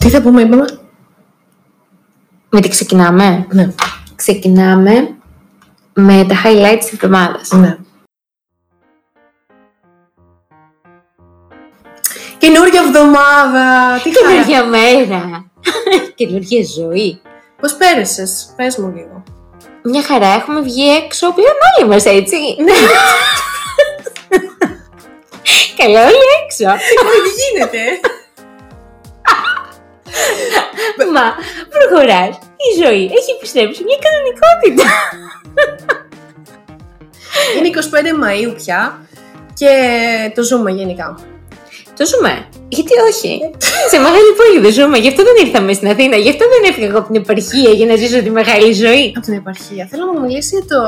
Τι θα πούμε, είπαμε. Με τι ξεκινάμε. Ναι. Ξεκινάμε με τα highlights της εβδομάδας. ναι. Καινούργια εβδομάδα! Τι χαρά! Καινούργια μέρα. Καινούργια ζωή. Πώς πέρασες, πες μου λίγο. Μια χαρά, έχουμε βγει έξω πλέον όλοι μας, έτσι. Ναι. Καλά, όλοι έξω. Τι γίνεται! Μα προχωράς. Η ζωή έχει επιστρέψει μια κανονικότητα. Είναι 25 Μαΐου πια και το ζούμε γενικά. Το ζούμε. Γιατί όχι. Σε μεγάλη πόλη δεν ζούμε. Γι' αυτό δεν ήρθαμε στην Αθήνα. Γι' αυτό δεν έφυγα εγώ από την επαρχία για να ζήσω τη μεγάλη ζωή. Από την επαρχία. Θέλω να μου μιλήσει για το,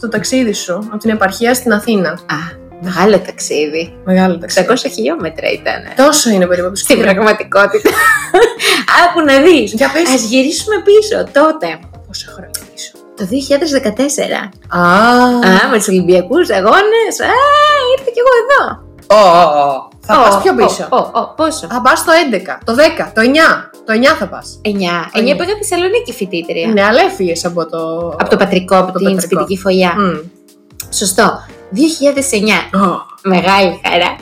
το ταξίδι σου από την επαρχία στην Αθήνα. Α, μεγάλο ταξίδι. Μεγάλο ταξίδι. 600 χιλιόμετρα ήταν. Τόσο είναι περίπου το Στην σκηνικό. πραγματικότητα. Άκου να δεις. Για πες. Ας γυρίσουμε πίσω τότε. Πόσα χρόνια πίσω. Το 2014. Α, Α, με τους Ολυμπιακούς Αγώνες. Α, ήρθα κι εγώ εδώ. Ω, ω, ω. Θα Ω, πας πιο ω, πίσω. ω, ω, πόσο. Θα πας το 11, το 10, το 9. Το 9 θα πας. 9. 9 εννιά. πήγα Θεσσαλονίκη φοιτήτρια. Ναι, αλλά έφυγες από το... Από το πατρικό, από το την πατρικό. σπιτική φωλιά. Μμμ. Σωστό. 2009. Ω. Μεγάλη χαρά.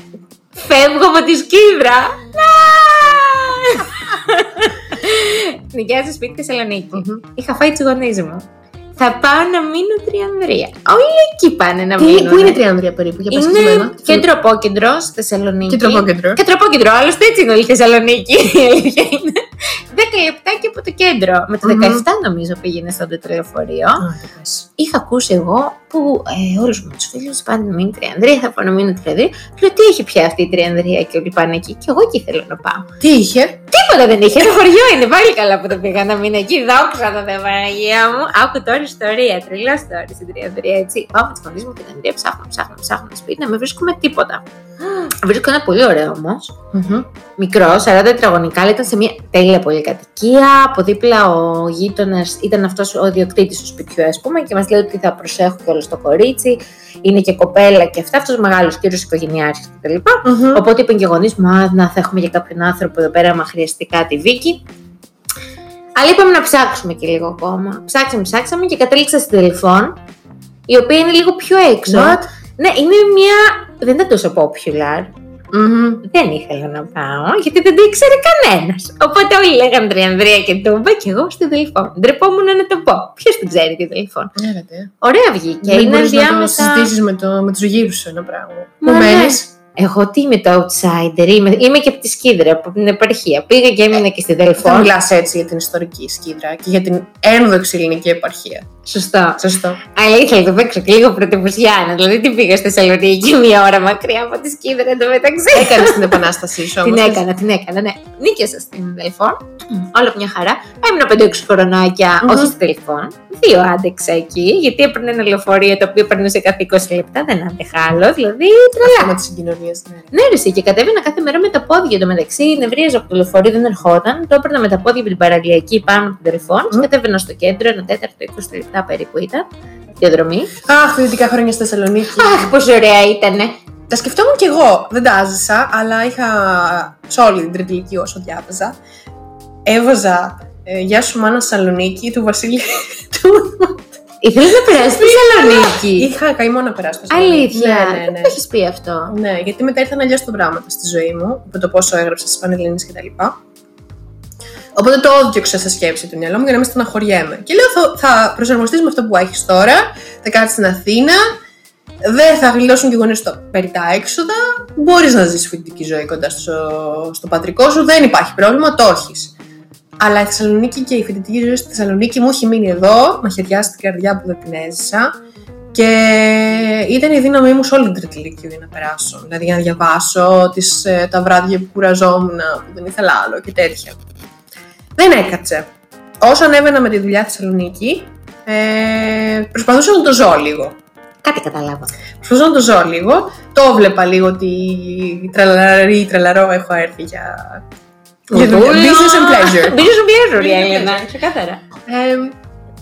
Φεύγω από τη σκύβρα. Να! Νοικιάζω σπίτι Θεσσαλονίκη. Μμμ. Είχα φάει του γονεί μου. Θα πάω να μείνω τριανδρία. Όλοι εκεί πάνε να μείνουν. Τι, πού ναι. είναι η Τριάνδρια περίπου, για πες Είναι ξεσμένα. κέντρο απόκεντρο στη Θεσσαλονίκη. Κέντρο απόκεντρο. Κέντρο απόκεντρο, άλλωστε έτσι είναι όλη η Θεσσαλονίκη. Η αλήθεια είναι. 10 λεπτά και από το κέντρο. Με το Μμμ. 17 νομίζω πήγαινε στο τετραλεωφορείο. Α, για πες. Είχα ακούσει εγώ που ε, όλου μου τους φίλους πάνε να μείνουν τριανδρία, θα πάνε να μείνουν τριανδρία. Λέω τι έχει πια αυτή η τριανδρία και όλοι πάνε εκεί. Και εγώ εκεί θέλω να πάω. Τι είχε, Τίποτα δεν είχε, ένα χωριό είναι. Πάλι καλά που δεν πήγα να μείνω εκεί. Δόξα τω Θεώ, Παναγία μου. Άκου τώρα ιστορία, τρελά τώρα στην Τριανδρία, έτσι. Πάω με τι γονεί μου την Τριανδρία, ψάχνω, ψάχνω, ψάχνω σπίτι, να μην βρίσκουμε τίποτα. Βρίσκω ένα πολύ ωραίο όμως. Μικρό, 40 τετραγωνικά, αλλά ήταν σε μια τέλεια πολυκατοικία. Από δίπλα ο γείτονας ήταν αυτός ο ιδιοκτήτης του σπιτιού, ας πούμε, και μας λέει ότι θα προσέχω και όλος το κορίτσι. Είναι και κοπέλα και αυτά. Αυτός μεγάλος κύριος οικογενειάρχης κτλ. Μμμ. Οπότε είπαν και οι γονείς μου, «Α, να θα έχουμε για κάποιον άνθρωπο εδώ πέρα, άμα χρειαστεί κάτι, Βίκυ. Αλλά είπαμε να ψάξουμε και λίγο ακόμα. Ψάξαμε, ψάξαμε και κατέληξα στην τηλεφών, η οποία είναι λίγο πιο έξω. What? Ναι, είναι μια. Δεν ήταν τόσο popular. Μμμ. Δεν ήθελα να πάω, γιατί δεν το ήξερε κανένας. Οπότε όλοι λέγανε Τριανδρία και Τούμπα και εγώ στην τηλεφών. Ντρεπόμουν να το πω. Ποιος την ξέρει την τηλεφών. Έλα, τε. Ωραία βγήκε. Δεν είναι μπορείς να το διάμεσα. συζητήσεις με, το, με τους γύρους σου ένα πράγμα. Πού Μα ναι. μένεις. Εγώ τι είμαι το outsider, είμαι, είμαι και από τη Σκίδρα, από την επαρχία. Πήγα και έμεινα και στη Θα Δελφόν. μιλάς έτσι για την ιστορική σκίδρα και για την ένδοξη ελληνική επαρχία. Σωστό. Σωστό. Αλλά ήθελα να το παίξω και λίγο πρωτευουσιάνα. Δηλαδή, τι πήγα στη Θεσσαλονίκη μία ώρα μακριά από τη Σκίδρα εντωμεταξύ. Έκανες την επανάστασή σου Την όμως. έκανα, την έκανα, ναι. Νίκιασα στην Δελφόν. Όλα μια χαρά. Έμεινα 5-6 κορονάκια, Μμμ. όχι στη Δελφόν. Δύο άντεξα εκεί, γιατί έπαιρνε ένα λεωφορείο το οποίο περνούσε κάθε 20 λεπτά. Δεν άντεχα άλλο. Δηλαδή, Αυτό με τις συγκοινωνίες, ναι. Ναι, ρε, εσύ, και κατέβαινα κάθε μέρα με τα πόδια το μεταξύ. Νευρίαζα από το λεωφορείο, δεν ερχόταν. Το έπαιρνα με τα πόδια από την παραλιακή πάνω από την τηλεφώνη. Μμμ. Κατέβαινα στο κέντρο, ένα τέταρτο, 20 λεπτά περίπου ήταν. Διαδρομή. Αχ, δυτικά χρόνια στη Θεσσαλονίκη. Αχ, πόσο ωραία ήταν. Τα σκεφτόμουν κι εγώ. Δεν τα άζησα, αλλά είχα σε όλη την τρίτη ηλικία όσο διάβαζα. Έβαζα ε, Γεια σου μάνα Θεσσαλονίκη του Βασίλη. του- Ήθελες να περάσεις στη Θεσσαλονίκη. Είχα καημό να περάσω. στη Θεσσαλονίκη. Αλήθεια. Ναι, ναι, Δεν ναι. το έχεις πει αυτό. Ναι, γιατί μετά ήρθαν αλλιώς τα πράγματα στη ζωή μου, με το πόσο έγραψα στι πανελληνίε κτλ. Οπότε το όδιωξα σε σκέψη του μυαλό μου για να μην στεναχωριέμαι. Και λέω: Θα, θα προσαρμοστείς με αυτό που έχεις τώρα, θα κάτσεις στην Αθήνα, δεν θα γλιτώσουν και οι γονείς το περί τα έξοδα. Μπορείς να ζήσει φοιτητική ζωή κοντά στο, στο πατρικό σου, δεν υπάρχει πρόβλημα, το έχεις. Αλλά η Θεσσαλονίκη και η φοιτητική ζωή στη Θεσσαλονίκη μου έχει μείνει εδώ, μαχαιριάσει την καρδιά που δεν την έζησα. Και ήταν η δύναμή μου σε όλη την τρίτη ηλικία για να περάσω. Δηλαδή για να διαβάσω τις, ε, τα βράδια που κουραζόμουν, που δεν ήθελα άλλο και τέτοια. Δεν έκατσε. Όσο ανέβαινα με τη δουλειά στη Θεσσαλονίκη, ε, προσπαθούσα να το ζω λίγο. Κάτι καταλάβα. Προσπαθούσα να το ζω λίγο. Το βλέπα λίγο ότι τραλαρή, τραλαρό έχω έρθει για. για δουλειά. Οδούλα. Business and pleasure. Business and pleasure, Business η and Έλενα. pleasure. Ξεκάθαρα. Ε,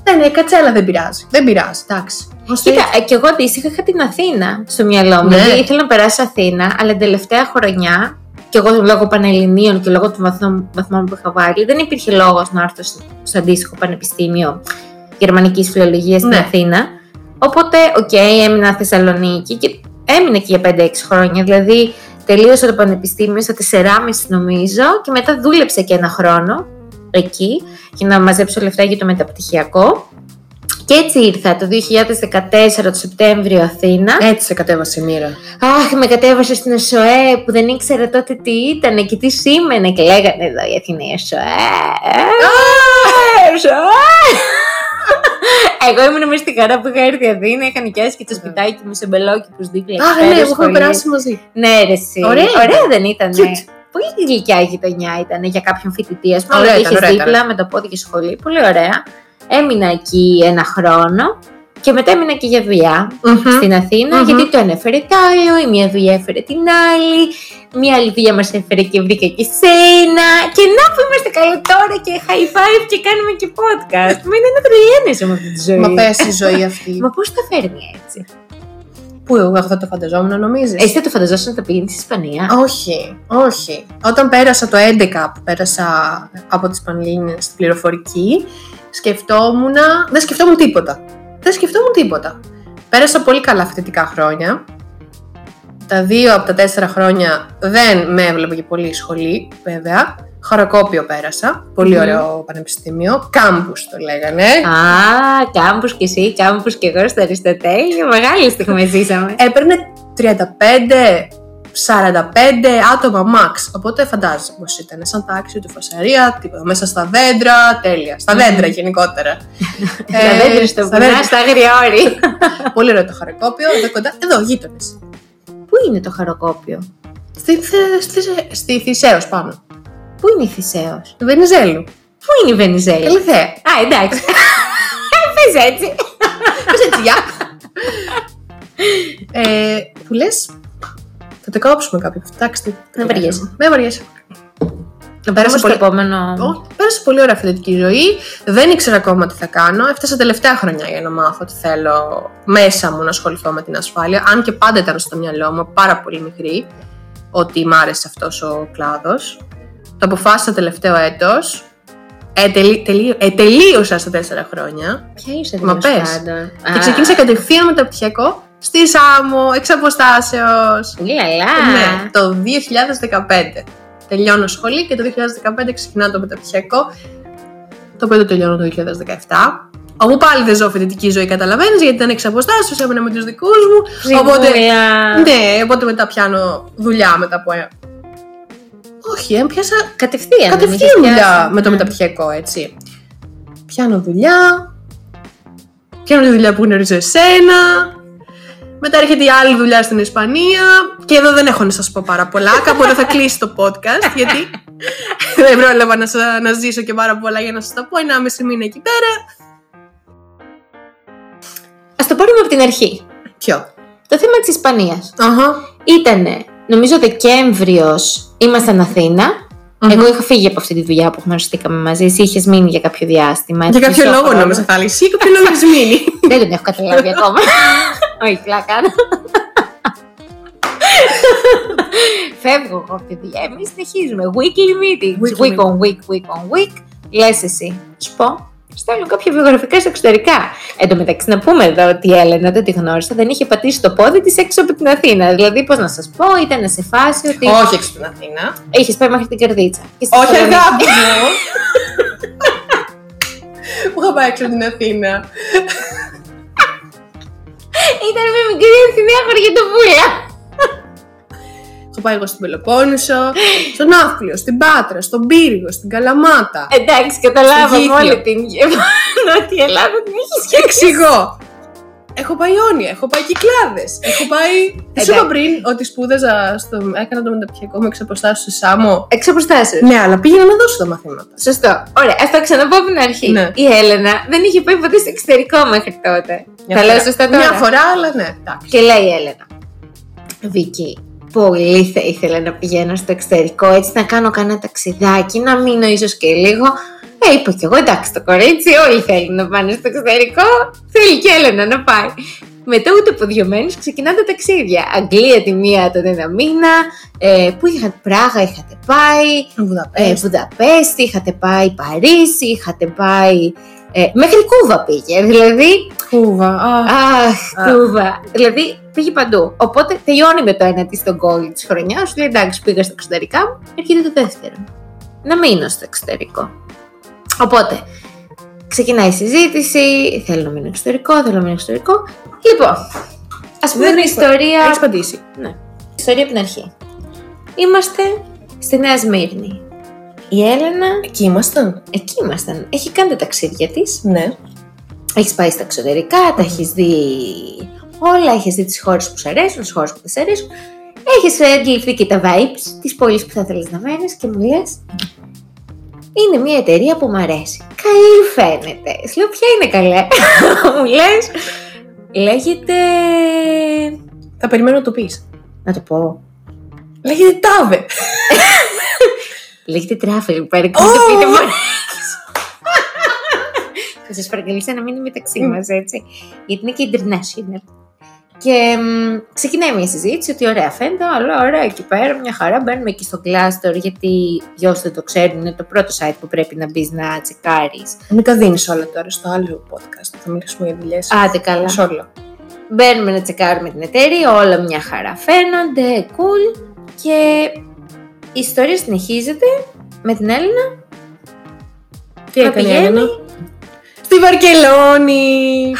δεν έκατσε, αλλά δεν πειράζει. Δεν πειράζει, εντάξει. Ως Κοίτα, ε, κι εγώ αντίστοιχα είχα την Αθήνα στο μυαλό μου. Ναι. Δηλαδή ήθελα να περάσω Αθήνα, αλλά την τελευταία χρονιά και εγώ λόγω Πανελληνίων και λόγω των βαθμών, βαθμών που είχα βάλει, δεν υπήρχε λόγος να έρθω στο- στο αντίστοιχο πανεπιστήμιο γερμανικής φιλολογίας στην Ναι. Αθήνα. Οπότε, οκ, έμεινα Θεσσαλονίκη και έμεινα εκεί για 5-6 χρόνια. Δηλαδή, τελείωσα το πανεπιστήμιο στα 4,5 νομίζω και μετά δούλεψα και ένα χρόνο εκεί για να μαζέψω λεφτά για το μεταπτυχιακό. Και έτσι ήρθα το 2014 το Σεπτέμβριο Αθήνα. Έτσι σε κατέβασε η μοίρα. Αχ, με κατέβασε στην ΕΣΟΕ που δεν ήξερα τότε τι ήταν και τι σήμαινε. Και λέγανε εδώ η Αθήνα η ΕΣΟΕ. ε, ΕΣΟΕ. Εγώ ήμουν μέσα στη χαρά που είχα έρθει Αθήνα, είχα νοικιάσει και το σπιτάκι μου σε μπελόκυπους δίπλα. Ε. Αχ, εκεί πέρα ναι, που σχολείο. έχουμε περάσει μαζί. Ναι, ρε, εσύ. Ωραία ήταν. δεν ήταν. Cute. Πολύ γλυκιά γειτονιά ήταν για κάποιον φοιτητή, ας πούμε. Ωραία Ωραία, ήταν, ωραία δίπλα με το πόδι και σχολή. Πολύ ωραία. Έμεινα εκεί ένα χρόνο και μετά έμεινα και για δουλειά Μμμ. στην αθηνα Μμμ. γιατί το ένα έφερε το άλλο, η μία δουλειά έφερε την άλλη, μία άλλη δουλειά μας έφερε και βρήκα και σένα. Και να που είμαστε καλά τώρα και high five και κάνουμε και podcast. Μα είναι ένα τρελαίνεσαι με αυτή τη ζωή. Μα πέσει η ζωή αυτή. Μα πώς τα φέρνει έτσι. Πού εγώ αυτό το φανταζόμουν, νομίζεις. Εσύ θα το φανταζόσουν να το πηγαίνει στην Ισπανία. Όχι, όχι. Όταν πέρασα το 11 που πέρασα από τις Πανελλήνιες στην πληροφορική, σκεφτόμουν. Δεν σκεφτόμουν τίποτα. Δεν σκεφτόμουν τίποτα. Πέρασα πολύ καλά φοιτητικά χρόνια. Τα δύο από τα τέσσερα χρόνια δεν με έβλεπε και πολύ η σχολή, βέβαια. Χαροκόπιο πέρασα. Πολύ Μμμ. ωραίο πανεπιστήμιο. Κάμπους το λέγανε. Α, κάμπους και εσύ, κάμπους και εγώ στο Αριστοτέλειο. Μεγάλη στιγμή ζήσαμε. Έπαιρνε 35-45 άτομα max. Οπότε φαντάζεσαι πώ ήταν. Σαν τάξη, ούτε φασαρία, τίποτα. Μέσα στα δέντρα, τέλεια. Στα Μμμ. δέντρα γενικότερα. Ε, Τα δέντρα στα στο βουνά, δέντρα. στα αγριόρι. Πολύ ωραίο το χαροκόπιο, εδώ κοντά. Εδώ, γείτονες. Πού είναι το χαροκόπιο, Στη, θε- στη, στη Θησαίος πάνω. Πού είναι η Θησαίος, Του Βενιζέλου. Πού είναι η Βενιζέλη. Καλή θέα. Α, εντάξει. Ε, Πες έτσι. Πες έτσι, γεια. ε, που λες. Θα το κάψουμε κάποιο. Κοιτάξτε. Δεν βαριέσαι. Δεν βαριέσαι. Να Πέρασε πέρασε στο πολύ- επόμενο. Όχι, πέρασε πολύ ωραία φοιτητική ζωή. Δεν ήξερα ακόμα τι θα κάνω. Έφτασα τελευταία χρονιά για να μάθω τι θέλω μέσα μου να ασχοληθώ με την ασφάλεια. Αν και πάντα ήταν στο μυαλό μου, πάρα πολύ μικρή, ότι μ' άρεσε αυτός ο κλάδος. Το αποφάσισα τελευταίο έτος. Ε, τελεί- τελείω- ε, τελείωσα στα τέσσερα χρόνια Ποια είσαι Μα τέλος πες. πάντων. και Α, ξεκίνησα κατευθείαν μεταπτυχιακό στη ΣΑΜΟ, εξ αποστάσεως. Λαλά. Ναι, το 2015. Τελειώνω σχολή και το 2015 ξεκινάω το μεταπτυχιακό. Το οποίο το τελειώνω το 2017. Όπου πάλι δεν ζω φοιτητική ζωή, καταλαβαίνεις, γιατί ήταν εξ αποστάσεως, έμενα με τους δικούς μου. Οπότε- Ψυχούλα. Ναι, οπότε μετά πιάνω δουλειά μετά από. ε- Όχι, ε, πιάσα Κατευθείαν. δεν κατευθείαν είχες δουλειά πιάσει. με το Ναι. μεταπτυχιακό, έτσι. Πιάνω δουλειά. Πιάνω τη δουλειά που γνωρίζω εσένα. Μετά έρχεται η άλλη δουλειά στην Ισπανία. Και εδώ δεν έχω να σας πω πάρα πολλά. Κάπου εδώ θα κλείσει το podcast, γιατί δεν πρόλαβα να, σα- να ζήσω και πάρα πολλά για να σας τα πω. Ένα μισή μήνα εκεί πέρα. Ας το πάρουμε από την αρχή. Ποιο. Το θέμα της Ισπανίας Αχα. ήτανε, νομίζω Δεκέμβριος ήμασταν Αθήνα. Μμμ. Εγώ είχα φύγει από αυτή τη δουλειά που γνωριστήκαμε μαζί. Εσύ είχες μείνει για κάποιο διάστημα. Για έτσι, κάποιο μισό λόγο χρόνο. νόμιζα θα λύσει ή κάποιο λόγο έχεις μείνει. Δεν τον έχω καταλάβει ακόμα. Όχι, πλάκα. Φεύγω εγώ από τη δουλειά. Εμείς συνεχίζουμε. Weekly meetings. Weekly Week on week, week on week. Λες εσύ. Σου πω. Στέλνω κάποια βιογραφικά στα εξωτερικά. Εν τω μεταξύ, να πούμε εδώ ότι η Έλενα δεν τη γνώρισα, δεν είχε πατήσει το πόδι της έξω από την Αθήνα. Δηλαδή, πώς να σας πω, ήταν σε φάση ότι. Όχι έξω στην Αθήνα. Είχε πάει μέχρι την καρδίτσα. Και στη Όχι Θεσσαλονίκη. αγάπη μου. Που είχα πάει έξω από την Αθήνα. Ήταν μια μικρή Αθηναία χωριετοπούλα. Έχω πάει εγώ στην Πελοπόννησο, στον Άφλιο, στην Πάτρα, στον Πύργο, στην Καλαμάτα. Εντάξει, καταλάβαμε Γήθιο. όλη την Νότια Ελλάδα την έχει Και εξηγώ. Έχω πάει Ιόνια, έχω πάει Κυκλάδες. Έχω πάει. Τι σου είπα Εντάξει. πριν ότι σπούδαζα, στο... έκανα το μεταπτυχιακό με εξαποστάσει στη Σάμο. Εξ αποστάσεως. Ναι, αλλά πήγαινα να δώσω τα μαθήματα. Σωστό. Ωραία, ας το ξαναπώ από την αρχή. Ναι. Η Έλενα δεν είχε πάει ποτέ στο εξωτερικό μέχρι τότε. Μια Τα λέω φορά. σωστά τώρα. Μια φορά, αλλά ναι, εντάξει. Και λέει η Έλενα. Βίκυ, πολύ θα ήθελα να πηγαίνω στο εξωτερικό, έτσι να κάνω κανένα ταξιδάκι, να μείνω ίσως και λίγο. Ε, είπα κι εγώ, εντάξει, το κορίτσι, όλοι θέλουν να πάνε στο εξωτερικό. Θέλει και η Έλενα να πάει. Μετά ούτε ποδειωμένους ξεκινάνε τα ταξίδια. Αγγλία τη μία τον ένα μήνα, ε, που είχατε Πράγα είχατε πάει, ε, Βουδαπέστη. Βουδαπέστη, είχατε πάει Παρίσι, είχατε πάει... Ε, μέχρι Κούβα πήγε, δηλαδή Κούβα. Α, Αχ, Α. Κούβα. Δηλαδή πήγε παντού. Οπότε τελειώνει με το ένα της στον κόλλη της χρονιάς. Σου λέει εντάξει, πήγα στα εξωτερικά μου, έρχεται το δεύτερο. Να μείνω στο εξωτερικό. Οπότε ξεκινάει η συζήτηση. Θέλω να μείνω εξωτερικό, θέλω να μείνω εξωτερικό. Λοιπόν, ας πούμε Δεν την έχεις- ιστορία. Έχεις απαντήσει. Ναι. Ιστορία από την αρχή. Είμαστε στη Νέα Σμύρνη. Η Έλενα, Εκεί ήμασταν. εκεί ήμασταν. Έχει κάνει τα ταξίδια της. Ναι. Έχεις πάει στα εξωτερικά, τα έχεις δει όλα, έχεις δει τις χώρες που σου αρέσουν, τις χώρες που δεν σου αρέσουν. Έχεις αντιληφθεί και τα vibes της πόλης που θα θέλεις να μένεις και μου λες. Είναι μια εταιρεία που μου αρέσει. Καλή φαίνεται. Σου λέω, ποια είναι καλέ. μου λες. Λέγεται. Θα περιμένω να το πεις. Να το πω. Λέγεται Τάβε. Λέγεται Travel Park. Ω! Oh! πείτε μόνο. Θα σας παρακαλούσα να μείνει μεταξύ μας, έτσι. Γιατί είναι και international. Και μ, ξεκινάει μια συζήτηση ότι ωραία φαίνεται, αλλά ωραία εκεί πέρα, μια χαρά. Μπαίνουμε εκεί στο Glassdoor, γιατί για όσοι δεν το ξέρουν, είναι το πρώτο site που πρέπει να μπεις να τσεκάρεις. Μην τα δίνει όλα τώρα στο άλλο podcast. Θα μιλήσουμε για δουλειές. Άντε καλά. Σε όλο. Μπαίνουμε να τσεκάρουμε την εταιρεία, όλα μια χαρά φαίνονται, cool. Και η ιστορία συνεχίζεται με την Έλληνα. Τι να έκανε η πηγαίνει. Έλενα? Στη Βαρκελόνη!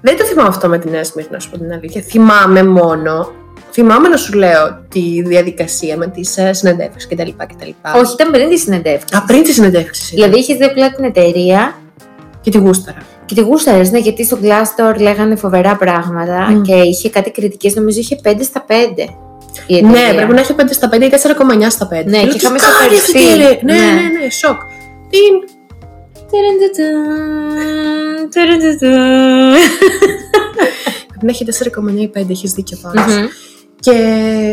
Δεν το θυμάμαι αυτό με την Νέα Σμύρνη, να σου πω την αλήθεια. Θυμάμαι μόνο. Θυμάμαι να σου λέω τη διαδικασία με ε, τι συνεντεύξει κτλ. κτλ. Όχι, ήταν πριν τη συνεντεύξη. Α, πριν τη συνεντεύξει. Δηλαδή είχες δει απλά την εταιρεία Και τη γούσταρα. και τη γούσταρε, ναι, γιατί στο Glassdoor λέγανε φοβερά πράγματα Μμμ. και είχε κάτι κριτικές. Νομίζω είχε 5 στα 5. Η εταιρεία. Ναι, πρέπει να έχει 5 στα 5 ή 4,9 στα 5. Ναι, και είχαμε αυτή. σοκαριστεί. Ναι, Ναι. ναι, ναι, σοκ. Τι. Τυρεντζετζαν, τυρεντζετζαν. Πρέπει να έχει 4,9 ή 5, έχεις δίκιο πάνω. Μμμ. Και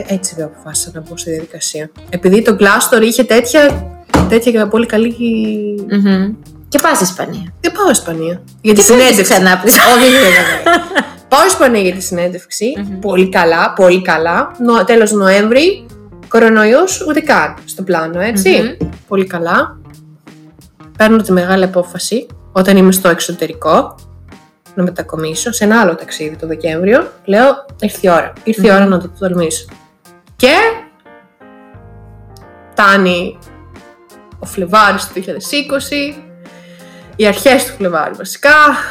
έτσι δεν αποφάσισα να μπω στη διαδικασία. Επειδή το Glassdoor είχε τέτοια, τέτοια και πολύ καλή. Μμμ. Και πα Ισπανία. Δεν πάω Ισπανία. Για τη Και συνέντευξη συνέντευξη. ξανά από τις- Όχι, δεν Πάω Ισπανία για τη συνέντευξη. Μμμ. Πολύ καλά, πολύ καλά. Νο, τέλος Νοέμβρη, κορονοϊός ούτε καν στο πλάνο, έτσι. Μμμ. Πολύ καλά. Παίρνω τη μεγάλη απόφαση όταν είμαι στο εξωτερικό να μετακομίσω σε ένα άλλο ταξίδι το Δεκέμβριο. Λέω, ήρθε η ώρα. Ήρθε η Μμμ. ώρα να το τολμήσω. Και φτάνει ο Φλεβάρης του 2020, οι αρχές του Φλεβάρη βασικά,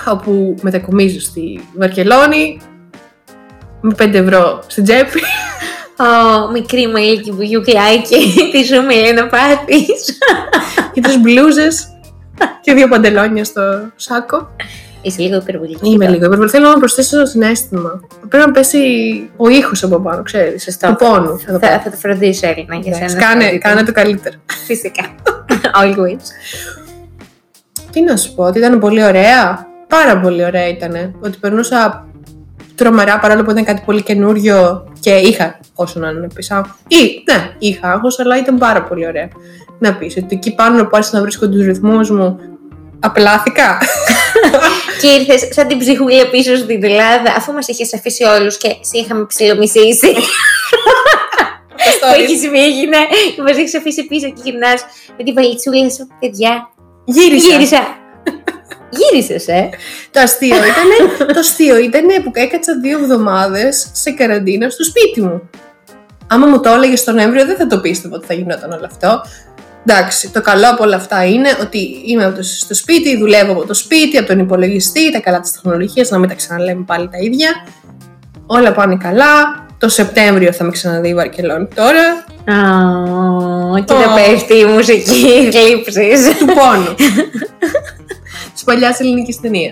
όπου μετακομίζω στη Βαρκελόνη με 5 ευρώ στην τσέπη. Ω, μικρή μαλίκη που γιουκλάκι, τι σου μιλάει να πάθεις. και τρεις μπλούζες και δύο παντελόνια στο σάκο. Είσαι λίγο υπερβολική. Είμαι λίγο υπερβολή. Θέλω να προσθέσω το συνέστημα. Πρέπει να πέσει ο ήχος από πάνω, ξέρεις. Σωστό. Του πόνου. Θα το πω. Θα, θα το φροντίσω, Έλληνα, για Εντάξει, σένα. Κάνε, φροντίζω. κάνε το καλύτερο. Φυσικά. Always. Τι να σου πω, ότι ήταν πολύ ωραία. Πάρα πολύ ωραία ήταν. Ότι περνούσα τρομερά παρόλο που ήταν κάτι πολύ καινούριο και είχα όσο να είναι πεις άγχος. Ή, ναι, είχα άγχος, αλλά ήταν πάρα πολύ ωραία. Να πεις ότι εκεί πάνω να πάρεις να βρίσκω τους ρυθμούς μου. Απλάθηκα. Και ήρθες σαν την ψυχούλα πίσω στην Ελλάδα, αφού μας είχες αφήσει όλους και σε είχαμε ψιλομισήσει. Το story. Έχεις βγει, ναι, και μα έχει αφήσει πίσω και γυρνάς με την βαλιτσούλα σου, παιδιά. Γύρισα. Γύρισα. Γύρισες, ε. Το αστείο ήταν, το αστείο ήτανε που έκατσα δύο εβδομάδες σε καραντίνα στο σπίτι μου. Άμα μου το έλεγες τον Νοέμβριο, δεν θα το πίστευα ότι θα γινόταν όλο αυτό. Εντάξει, το καλό από όλα αυτά είναι ότι είμαι από το- στο σπίτι, δουλεύω από το σπίτι, από τον υπολογιστή, τα καλά της τεχνολογίας, να μην τα ξαναλέμε πάλι τα ίδια. Όλα πάνε καλά. Το Σεπτέμβριο θα με ξαναδεί η Βαρκελόνη τώρα. Και να Ω. πέφτει η μουσική γλύψη. του πόνου. της παλιάς ελληνικής ταινίας.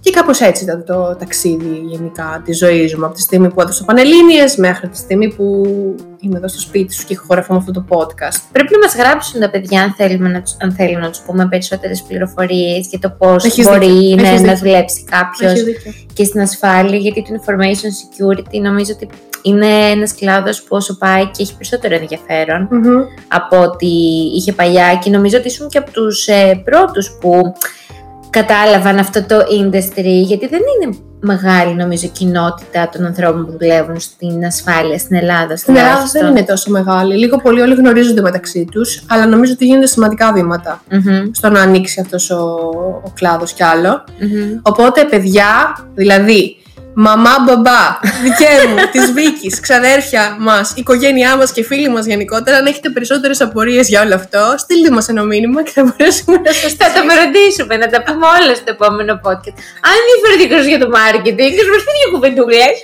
Και κάπως έτσι ήταν το ταξίδι γενικά της ζωής μου. Από τη στιγμή που έδωσα πανελίνε μέχρι τη στιγμή που είμαι εδώ στο σπίτι σου και ηχογραφώ αυτό το podcast. Πρέπει να μας γράψουν τα παιδιά αν θέλουμε να τους, αν θέλουν να τους πούμε περισσότερες πληροφορίες για το πώς Έχεις μπορεί δίκιο. ναι, Έχεις να δίκιο. δουλέψει κάποιος. Έχεις δίκιο. και στην ασφάλεια, γιατί το information security νομίζω ότι είναι ένας κλάδος που όσο πάει και έχει περισσότερο ενδιαφέρον Μμμ. από ό,τι είχε παλιά και νομίζω ότι ήσουν και από τους ε, πρώτους που κατάλαβαν αυτό το industry γιατί δεν είναι μεγάλη νομίζω κοινότητα των ανθρώπων που δουλεύουν στην ασφάλεια στην Ελλάδα. Στην Ελλάδα τουλάχιστον. Ναι, δεν είναι τόσο μεγάλη. Λίγο πολύ όλοι γνωρίζονται μεταξύ τους, αλλά νομίζω ότι γίνονται σημαντικά βήματα Μμμ, στο να ανοίξει αυτός ο, ο κλάδος κι άλλο. μμμ. Οπότε, παιδιά, δηλαδή, μαμά, μπαμπά, δικέ μου, της Βίκης, ξαδέρφια μας, οικογένειά μας και φίλοι μας γενικότερα, αν έχετε περισσότερες απορίες για όλο αυτό, στείλτε μας ένα μήνυμα και θα μπορέσουμε να σας Θα τα μεροντήσουμε, να τα πούμε όλα στο επόμενο podcast. Αν είσαι ειδικός για το marketing, να μας πει δύο κουβεντούλες.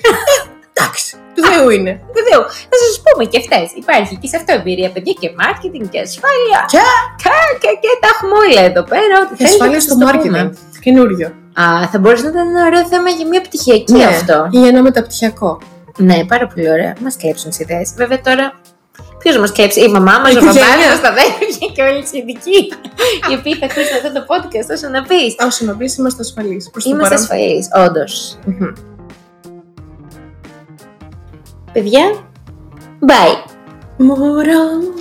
Εντάξει, του Θεού είναι. Βεβαίω, θα σας πούμε και αυτέ. Υπάρχει και σε αυτό εμπειρία, παιδιά, και marketing και ασφάλεια. Και- και, και, και τα έχουμε όλα εδώ πέρα. Ό,τι Και θέλετε ασφάλεια θα στο σας το marketing. πούμε. Καινούριο. Α, θα μπορούσε να ήταν ένα ωραίο θέμα για μια πτυχιακή Ναι, αυτό. Ή ένα μεταπτυχιακό. Ναι, πάρα πολύ ωραία. Μας κλέψουν τις ιδέες. Βέβαια τώρα. Ποιος μας κλέψει, η μαμά μας, Η ο παπά οικογένεια. μας, τα αδέρφια και όλοι οι σχετικοί. οι οποίοι θα ακούσουν αυτό το podcast, τόσο να πεις. Όσο να πεις, είμαστε ασφαλείς. Είμαστε ασφαλείς, όντως. Παιδιά, bye. Μωρό μου,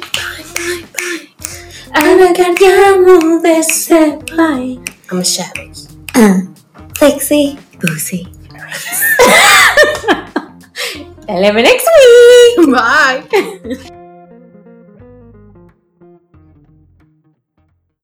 Αλλά καρδιά μου δεν σε πάει. I'm a savage. Sexy. Pussy. Τα λέμε next week. Bye.